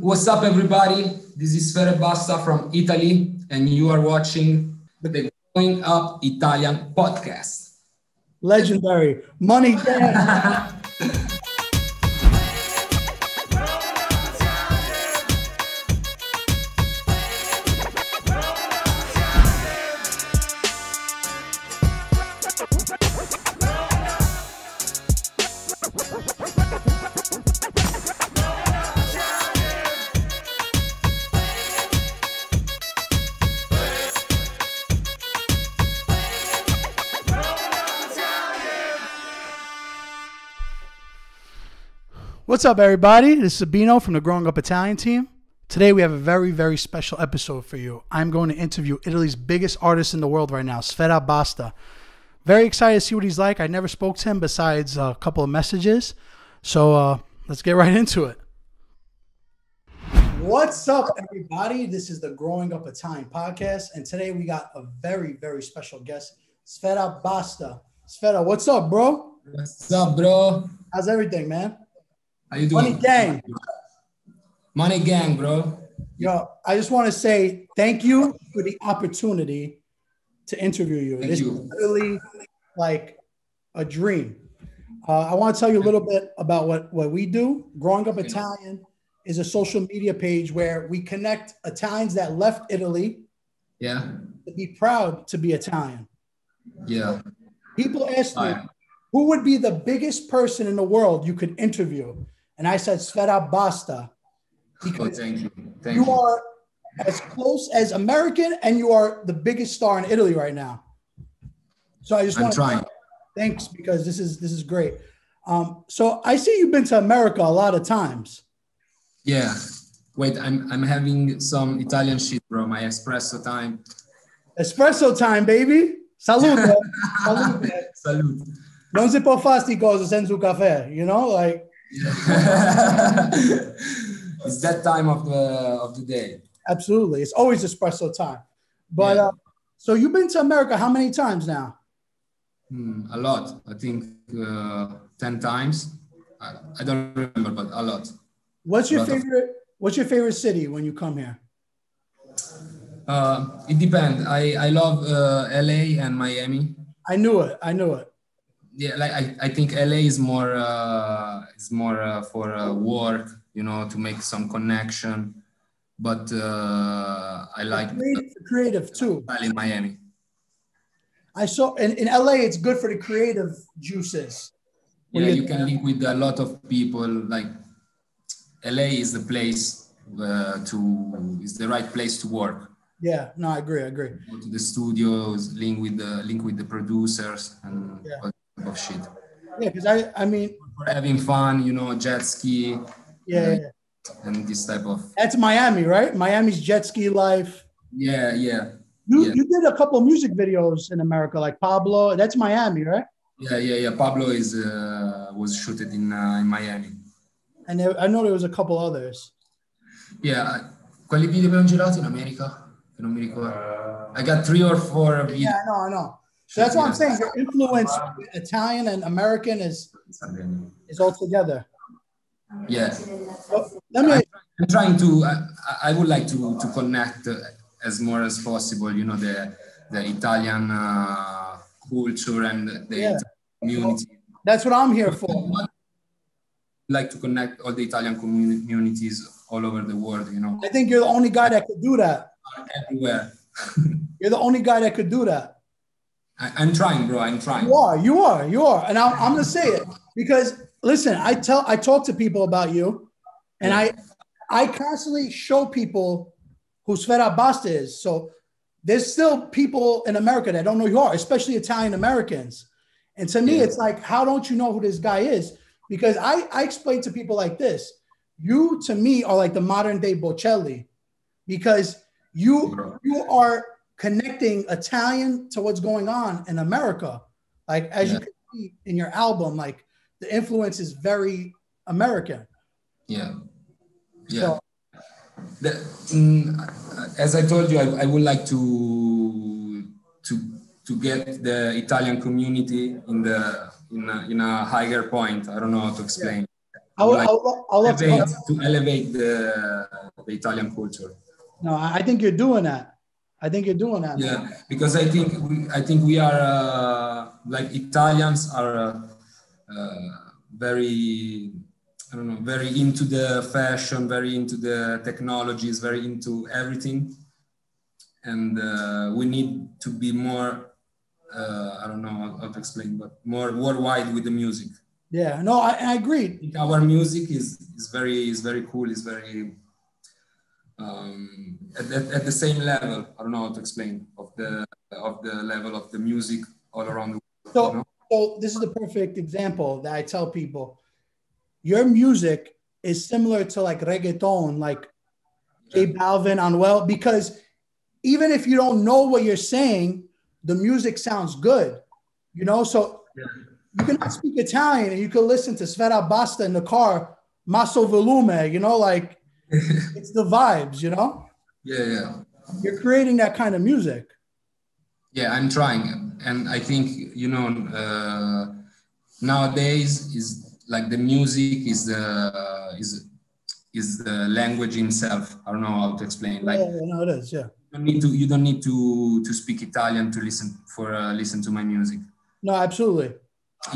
What's up, everybody? This is Fere Basta from Italy, and you are watching the Going Up Italian podcast. Legendary. Money Dad. What's up, everybody? This is Sabino from the Growing Up Italian team. Today, we have a very, very special episode for you. I'm going to interview Italy's biggest artist in the world right now, Sfera Basta. Very excited to see what he's like. I never spoke to him besides a couple of messages. So uh, let's get right into it. What's up, everybody? This is the Growing Up Italian podcast. And today, we got a very, very special guest, Sfera Basta. Sfera, what's up, bro? What's up, bro? How's everything, man? How you Money doing? gang. Money gang, bro. Yo, I just want to say thank you for the opportunity to interview you. Thank this you. is literally like a dream. Uh, I want to tell you a little bit about what, what we do. Growing Up Italian is a social media page where we connect Italians that left Italy Yeah, to be proud to be Italian. yeah. People ask me, Alright. who would be the biggest person in the world you could interview? And I said, Sfera Basta. Oh, thank you. Thank you you. are as close as American, and you are the biggest star in Italy right now. So I just I'm want trying. to thanks because this is this is great. Um, so I see you've been to America a lot of times. Yeah. Wait, I'm I'm having some Italian shit, bro. My espresso time. Espresso time, baby. Salute. Salute. Salute. Non si può fare sti cose senza un caffè. You know, like it's that time of the of the day. absolutely, it's always espresso time. But Yeah. uh, so you've been to America how many times now? Hmm, a lot. I think uh, ten times. I, I don't remember, but a lot. What's your Lot of- favorite? What's your favorite city when you come here? Uh, it depends. I I love uh, LA and Miami. I knew it. I knew it. Yeah, like I, I think LA is more uh, is more uh, for uh, work, you know, to make some connection. But uh, I like Creative, creative too. in Miami. I saw in, in LA, it's good for the creative juices. Yeah, you can link with a lot of people. Like LA is the place uh, to is the right place to work. Yeah, no, I agree. I agree. Go to the studios, link with the link with the producers and Yeah. all type of shit. Yeah, because I, I mean, For having fun, you know, jet ski yeah, yeah, yeah. and this type of that's Miami, right? Miami's jet ski life. yeah, yeah, You, Yeah. you did a couple music videos in America, like Pablo. That's Miami, right? yeah, yeah, yeah. Pablo is uh, was shooted in uh, in Miami. And there, I know there was a couple others. Yeah, quali video abbiamo girato in America? Che non mi ricordo. I got three or four video. Yeah, I know, I know. So that's what I'm Yeah. saying. Your influence, Italian and American, is is all together. Yeah. So let me I'm trying to. I, I- I would like to to connect uh, as more as possible. You know the the Italian uh, culture and the Yeah. Italian community. That's what I'm here for. I'd like to connect all the Italian communi- communities all over the world. You know, I think you're the only guy that could do that. everywhere. You're the only guy that could do that. I, I'm trying, bro. I'm trying. You are, you are, you are. And I'm, I'm gonna say it because listen, I tell I talk to people about you and I I constantly show people who Sfera Basta is. So there's still people in America that don't know who you are, especially Italian Americans. And to me, Yeah. it's like, how don't you know who this guy is? Because I, I explain to people like this. You to me are like the modern day Bocelli because you Bro. you are connecting Italian to what's going on in America. Like as you Yeah. can see in your album, like the influence is very American. Yeah. Yeah. So The, mm, as I told you, I, I would like to to to get the Italian community in the in a, in a higher point. I don't know how to explain. I would, I would, I would love to. elevate, to elevate the, the Italian culture. No, I I think you're doing that. I think you're doing that. man. Yeah, because I think we, I think we are uh, like Italians are uh, uh, very I don't know very into the fashion, very into the technologies, very into everything, and uh, we need to be more. Uh, I don't know how, how to explain, but more worldwide with the music. Yeah. No, I, I agree. I think our music is is very is very cool. Is very um, at, at, at the same level. I don't know how to explain of the of the level of the music all around the world. you know? So, so this is the perfect example that I tell people. Your music is similar to like reggaeton, like J Balvin, Anuel, because even if you don't know what you're saying, the music sounds good, you know. So you cannot speak Italian and you can listen to Sveta Basta in the car, Masso Volume, you know, like it's the vibes, you know. Yeah, yeah. You're creating that kind of music. yeah i'm trying and i think you know uh, nowadays is like the music is the is is the language itself i don't know how to explain like yeah, yeah, no, it is. Yeah. you don't need to you don't need to to speak italian to listen for uh, listen to my music No, absolutely,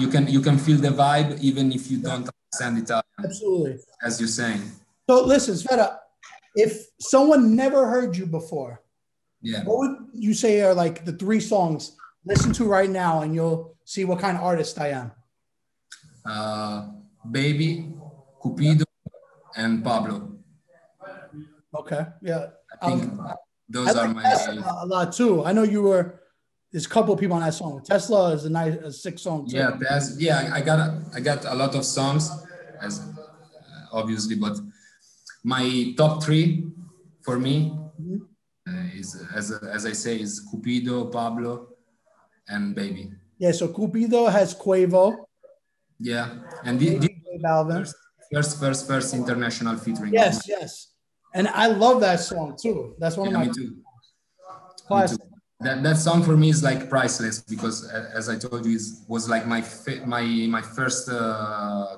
you can you can feel the vibe even if you don't understand italian absolutely. as you're saying So listen, Sveta, if someone never heard you before, yeah what would you say are like the three songs listen to right now, and you'll see what kind of artist I am? uh, baby cupido and pablo Okay, yeah. i think Oh. I those are like my Tesla a lot too. I know you were. There's a couple people on that song. Tesla is a nice, a sick song too. yeah that's yeah I- i got a- i got a lot of songs as uh, obviously but my top three for me Mm-hmm. uh, is as, as i say is cupido pablo and baby Yeah, So Cupido has Quavo, yeah and the, the J Balvin. first, first first first international featuring Yes, yes. And I love that song too. That's one yeah, of me my too Me too. classics. That, that song for me is like priceless because, a- as I told you, is was like my fi- my my first uh,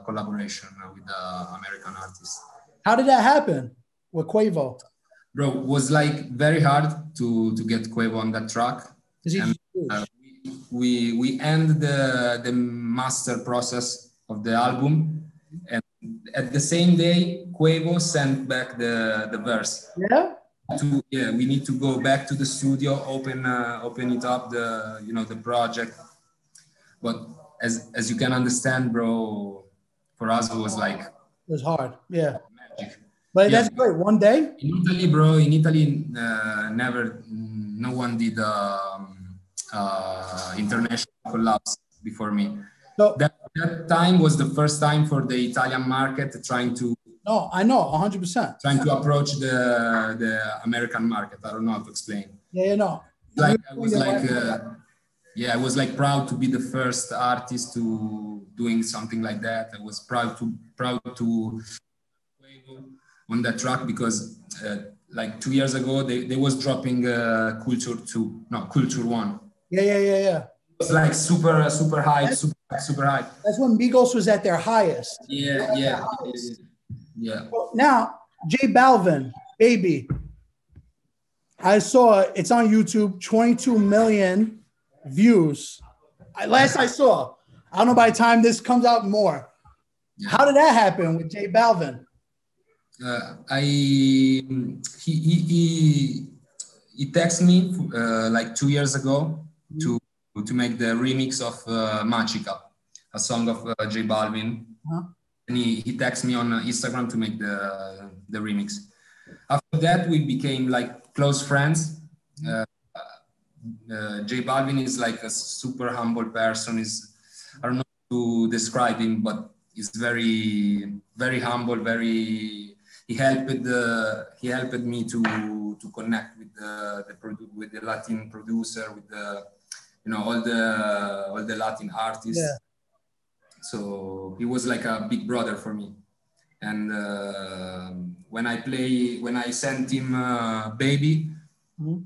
collaboration with uh, American artist. How did that happen with Quavo? Bro, was like very hard to to get Quavo on that track. Is he And, uh, we we end the the master process of the album, and at the same day, Quavo sent back the the verse. yeah? to yeah we need to go back to the studio open uh, open it up the you know the project but as as you can understand bro for us it was like It was hard. Yeah. magic But Yeah. that's great. One day, in italy bro in italy uh, never no one did um, uh, international collabs before me so that, that time was the first time for the italian market trying to no, I know 100%. trying to approach the the american market i don't know how to explain Yeah, you know. like I was like uh, yeah I was like proud to be the first artist to doing something like that I was proud to proud to on that track because uh, like two years ago they, they was dropping uh, culture two no culture one yeah, yeah, yeah, yeah. it's like super super hype super super hype That's when Migos was at their highest. yeah yeah yeah Well, Now, J Balvin, baby. I saw it. It's on YouTube, 22 million views. I, last I saw. I don't know by the time this comes out more. How did that happen with J Balvin? uh, I he he he, he texted me uh, like two years ago to to make the remix of uh, Machica, a song of uh, J Balvin, Huh? and he he texted me on uh, Instagram to make the the remix. After that, we became like close friends. Uh, uh, J Balvin is like a super humble person. Is I don't know how to describe him, but he's very very humble. Very he helped the he helped me to to connect with the, the produ- with the Latin producer with the you know all the all the Latin artists. Yeah. So he was like a big brother for me. And uh, when I play, when I sent him uh, "Baby," Mm-hmm. Mhm.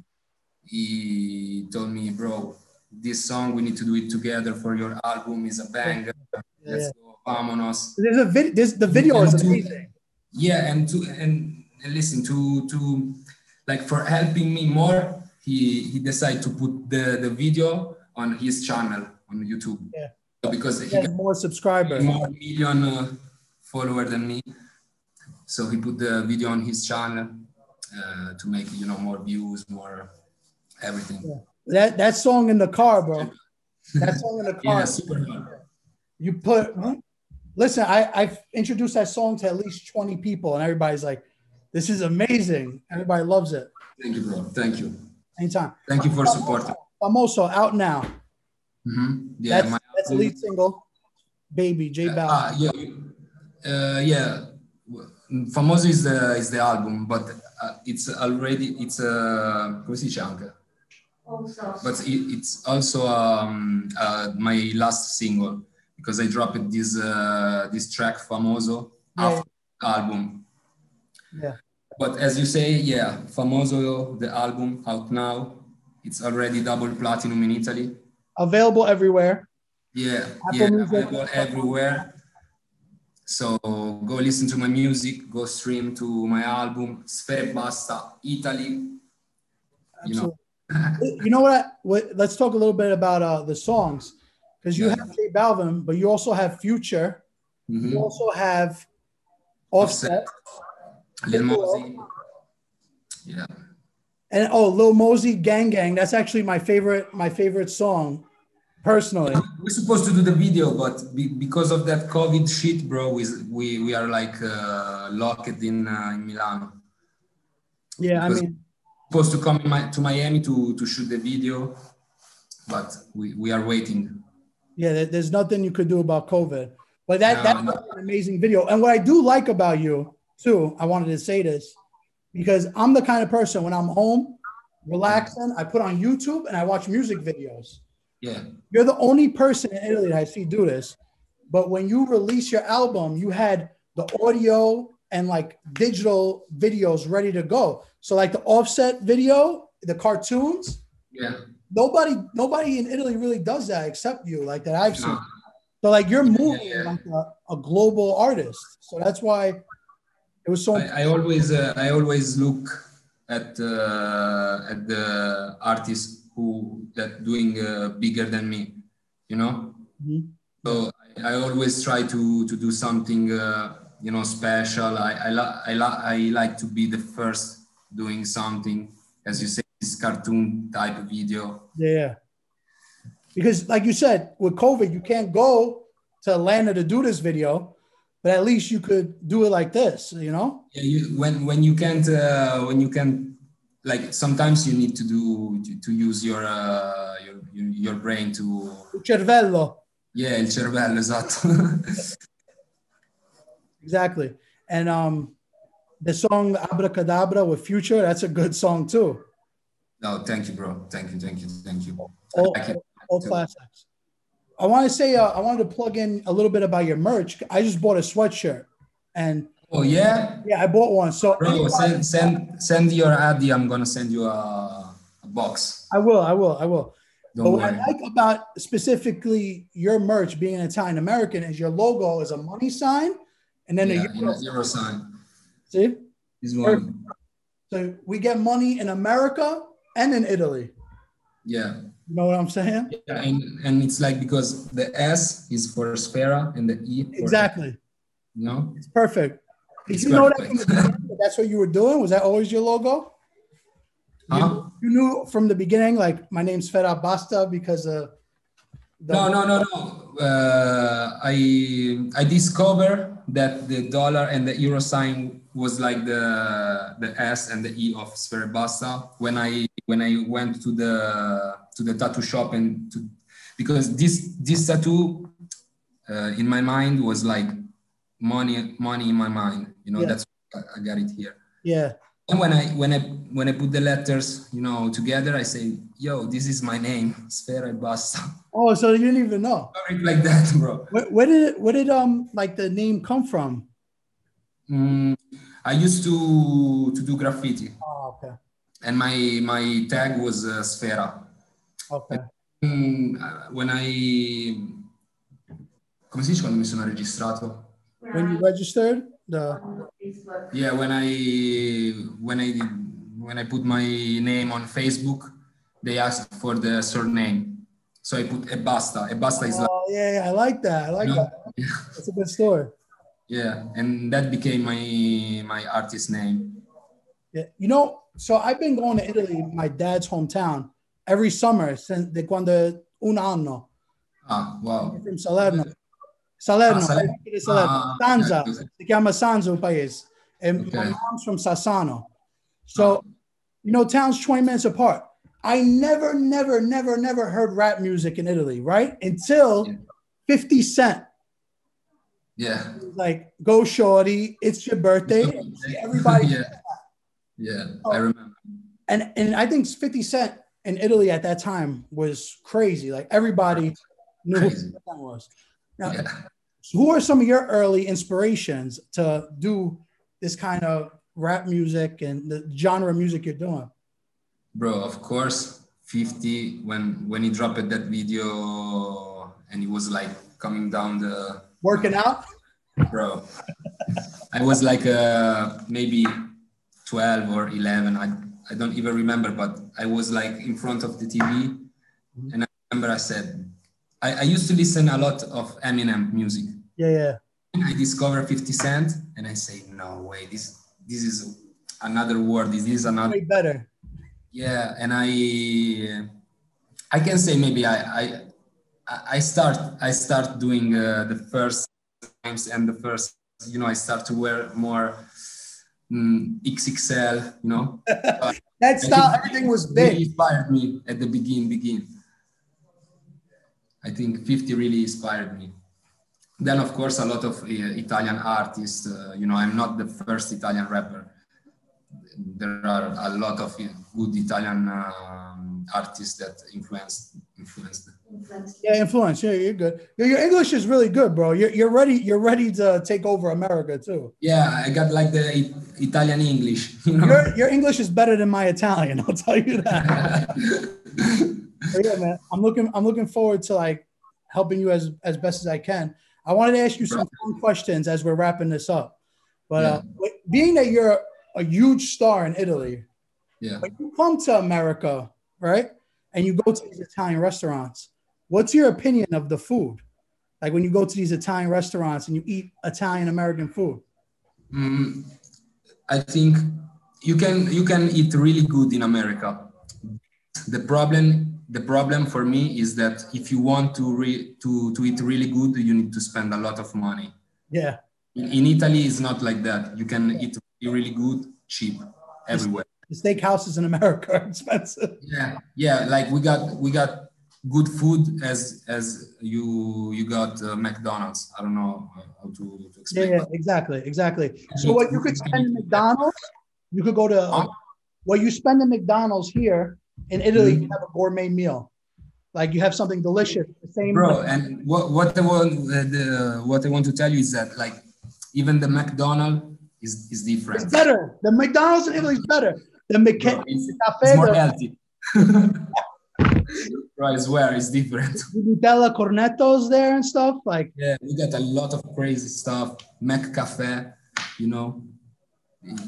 he told me, "Bro, this song we need to do it together for your album is a banger. Yeah, Let's go." Vamonos. There's a vid- there's, the video is And to- amazing. Yeah, and to and listen to to like for helping me more, he he decided to put the the video on his channel on YouTube. Yeah. Because he He has got more subscribers. more million uh, follower than me, so he put the video on his channel uh, to make you know more views, more everything. That that song in the car, bro. That song in the car. Yeah, super hard. You put listen, I, I've introduced that song to at least 20 people, and everybody's like, This is amazing. Everybody loves it. Thank you, bro. Thank you. Anytime. Thank you for supporting. Famoso out now. Mhm. Yeah, That's my that's the album- lead single. Baby J Bal. Ah, yeah, uh, yeah. Famoso is the is the album, but uh, it's already it's a come si dice anche? But it, it's also um, uh, my last single because I dropped this uh, this track Famoso Yeah. after the album. yeah. But as you say, yeah, Famoso the album out now. It's already double platinum in Italy. Available everywhere. Yeah, Apple yeah, Music. available everywhere. So go listen to my music, go stream to my album Sfere Basta Italy. You know, Absolutely. you know what, I, what? Let's talk a little bit about uh, the songs because you Yeah. have J Balvin, but you also have Future. mhm. You also have Offset, mm-hmm, Lil Mosey. Yeah, and oh, Lil Mosey, Gang Gang. That's actually my favorite. My favorite song, personally. we're supposed to do the video, but be, because of that COVID shit, bro, we we, we are like uh, locked in uh, in Milano. Yeah, I Because- mean, Supposed to come in my, to Miami to to shoot the video, but we, we are waiting. yeah. there- There's nothing you could do about COVID, but that No, that's no. an amazing video. And what I do like about you too, I wanted to say this because I'm the kind of person when I'm home, relaxing, I put on YouTube and I watch music videos. Yeah. you're the only person in Italy that I see do this. But when you release your album, you had the audio and like digital videos ready to go. So like the offset video, the cartoons, Yeah. nobody nobody in Italy really does that except you, like that I've seen. No. So like you're moving yeah. like a, a global artist. So that's why it was so I, I always uh, I always look at uh, at the artists who that doing uh, bigger than me, you know. Mhm. So I, I always try to to do something uh, you know special. I I, li- I, li- I like to be the first doing something, as you say, this cartoon type video. Yeah. Because, like you said, with COVID, you can't go to Atlanta to do this video, but at least you could do it like this, you know? Yeah, you, when when you can't uh, when you can like sometimes you need to do to, to use your, uh, your your your brain to Cervello. Yeah, il cervello, esatto. Exactly. And um, the song Abracadabra with Future, that's a good song too. no, thank you, bro. Thank you, thank you, thank you. All, I can- all classics. I want to say, uh, I wanted to plug in a little bit about your merch. I just bought a sweatshirt and Oh yeah, yeah, I bought one. So bro. Send send send your ID. I'm gonna send you a, a box. I will, I will, I will. Don't but what worry. Oh, I like about specifically your merch being an Italian American is your logo is a money sign and then yeah, a you know, euro. zero sign. See? This one. So we get money in America and in Italy. Yeah. You know what I'm saying? yeah, and and it's like because the S is for Sfera and the E. For, Exactly. You know. It's perfect. Did It's you know that perfect. from the beginning that that's what you were doing? Was that always your logo? You- Huh? You, knew from the beginning, like my name's Fedab Basta because uh the, No, no, no, no. Uh, I I discovered that the dollar and the euro sign was like the the S and the E of Sfera Basta when I when I went to the to the tattoo shop and to because this this tattoo uh, in my mind was like money money in my mind you know Yeah. that's I I got it here yeah, and when I when I when I put the letters you know together I say yo this is my name Sfera Basta oh, so you didn't even know like that bro. where, where did where did um like the name come from? Mm, I used to to do graffiti, Oh, okay, and my my tag was uh, Sfera. okay. Mm, uh, when I come si dice quando mi sono registrato? When you registered, the Yeah, when I when I when I put my name on Facebook, they asked for the surname. So I put Ebasta. Ebasta is like oh yeah, yeah, I like that. I like No. that. That's a good story. yeah, and that became my my artist name. Yeah, you know, so I've been going to Italy, my dad's hometown, every summer since de quando un anno Ah, wow. from Salerno. Ah, Salerno. Salerno, I went to Salerno. Ah, Sanza, okay, okay. si chiama Sanza un paese. And my Okay. mom's from Sassano. So, you know, towns 20 minutes apart. I never, never, never, never heard rap music in Italy, right? Until Yeah. 50 Cent Yeah. was like, go shorty, it's your birthday. Everybody yeah. Yeah, I remember. and and I think 50 Cent in Italy at that time was crazy. Like everybody knew who 50 Crazy. Cent was. Now, Yeah. so who are some of your early inspirations to do this kind of rap music and the genre of music you're doing? Bro, of course, 50 when when he dropped that video and he was like coming down the Working out? bro. I was like uh, maybe 12 or 11. I, I don't even remember, but I was like in front of the TV. And I remember I said, I, I used to listen a lot of Eminem music. Yeah, yeah. I discovered 50 Cent and I say, no way, this, this is another world. This is another Way better. yeah and i i can say maybe i i i start i start doing uh, the first times and the first you know i start to wear more mm, xxl you know That style, everything was really big. inspired me at the begin begin i think 50 really inspired me then of course a lot of uh, italian artists uh, you know i'm not the first italian rapper there are a lot of uh, good italian um, artists that influenced influenced Yeah, influence. Yeah, you're good. Your, your English is really good, bro. You're, you're ready. You're ready to take over America too. yeah i got like the it- italian english you know Your, your English is better than my Italian. I'll tell you that. But yeah, man, I'm looking. I'm looking forward to like helping you as as best as I can. I wanted to ask you some fun questions as we're wrapping this up. But uh, wi- being that you're a huge star in Italy, yeah when you come to America, right, and you go to these Italian restaurants, what's your opinion of the food? Like when you go to these Italian restaurants and you eat Italian American food. Mm, I think you can you can eat really good in America. The problem the problem for me is that if you want to re, to to eat really good, you need to spend a lot of money. Yeah, In, in Italy, it's not like that. You can eat really good cheap everywhere. the steakhouses in America are expensive. Yeah, yeah. Like we got we got good food as as you you got uh, McDonald's. I don't know how to, to Yeah, explain. yeah, but- exactly, exactly. So what you could spend in McDonald's, you could go to Huh? what you spend in McDonald's here in Italy. Mm-hmm. You have a gourmet meal, like you have something delicious. The same, bro and what what I want the, the what i want to tell you is that like even the mcdonald is is it's different better. The McDonald's in Italy is better. The Bro, McCafe, it's, the it's cafe, more the healthy bro i swear it's different Nutella cornettos there and stuff. Like, yeah we got a lot of crazy stuff mac cafe you know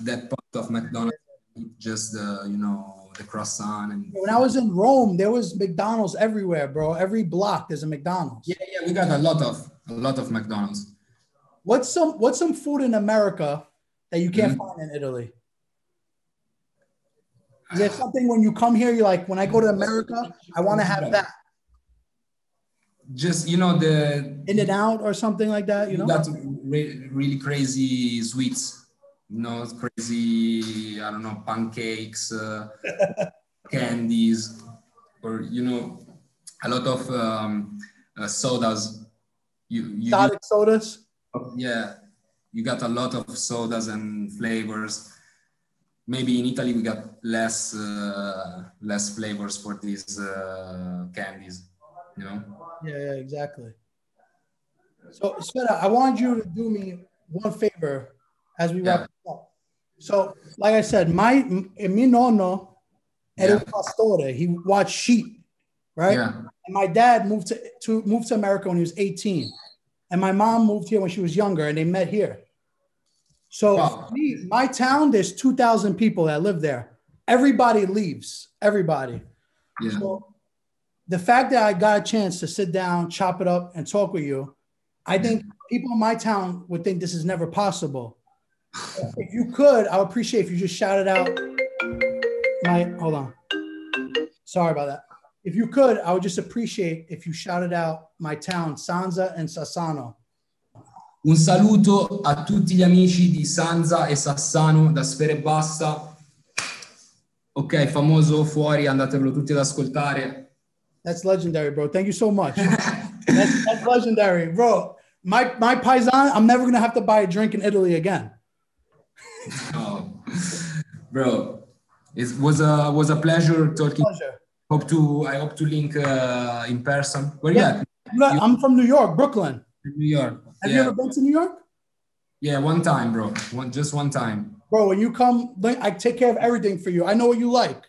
that part of mcdonald's just the you know the croissant and when I was in Rome, there was McDonald's everywhere, bro. Every block there's a McDonald's. yeah yeah we got a lot of a lot of mcdonald's What's some What's some food in America that you can't find in Italy? Is there something when you come here, you're like, when I go to America, I want to have that just you know the in and out or something like that, you you know? got re- really crazy sweets you know crazy i don't know pancakes uh, candies or you know a lot of um, uh, sodas you, you Exotic sodas. yeah you got a lot of sodas and flavors maybe in italy we got less uh, less flavors for these uh, candies you know Yeah, yeah, exactly. So, Sveta, I want you to do me one favor as we wrap up. So, like I said, my m- mi nonno era un Yeah. pastore. He watched sheep, right? yeah And my dad moved to, to moved to America when he was 18. And my mom moved here when she was younger, and they met here. So Wow. me- my town, there's 2,000 people that live there. Everybody leaves. Everybody. Yeah. So the fact that I got a chance to sit down, chop it up, and talk with you, I think people in my town would think this is never possible. If you could, I would appreciate if you just shouted out my hold on. Sorry about that. If you could, I would just appreciate if you shouted out my town, Sanza and Sassano. Un saluto a tutti gli amici di Sanza e Sassano da Sfere Bassa. Ok, famoso fuori, andatevelo tutti ad ascoltare. That's legendary, bro. Thank you so much. that's, that's legendary, bro. My my paisan, I'm never gonna have to buy a drink in Italy again. Oh, bro, it was a was a pleasure talking. Pleasure. Hope to I hope to link uh, in person. Where you Yeah. at? No, I'm from New York, Brooklyn. In New York. Have you yeah. ever been to New York? yeah, one time, bro. One, just one time. Bro, when you come, like, I take care of everything for you. I know what you like.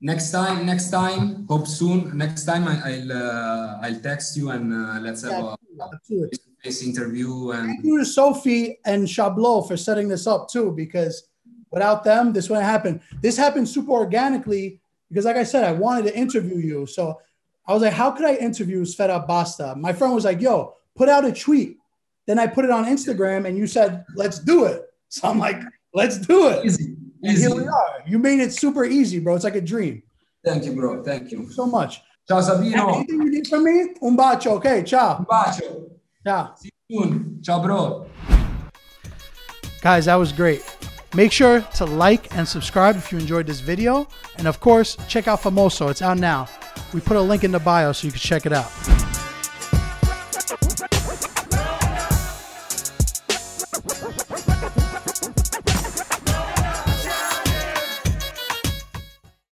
Next time, next time. Hope soon. Next time, I, I'll uh, I'll text you and uh, let's have a Absolutely. face interview and. Thank you to Sophie and Chablot for setting this up too, because without them, this wouldn't happen. This happened super organically because, like I said, I wanted to interview you. So I was like, how could I interview Sveta Basta? My friend was like, yo, put out a tweet. Then I put it on Instagram and you said, let's do it. So I'm like, let's do it. Easy. And here Easy. we are. You made it super easy, bro. It's like a dream. Thank you, bro. Thank you. So much. Ciao Sabino. Anything you need from me? Un bacio. Okay, Un ciao. bacio. Ciao. See you soon. Ciao, bro. Guys, that was great. Make sure to like and subscribe if you enjoyed this video. And of course, check out Famoso. It's out now. We put a link in the bio so you can check it out.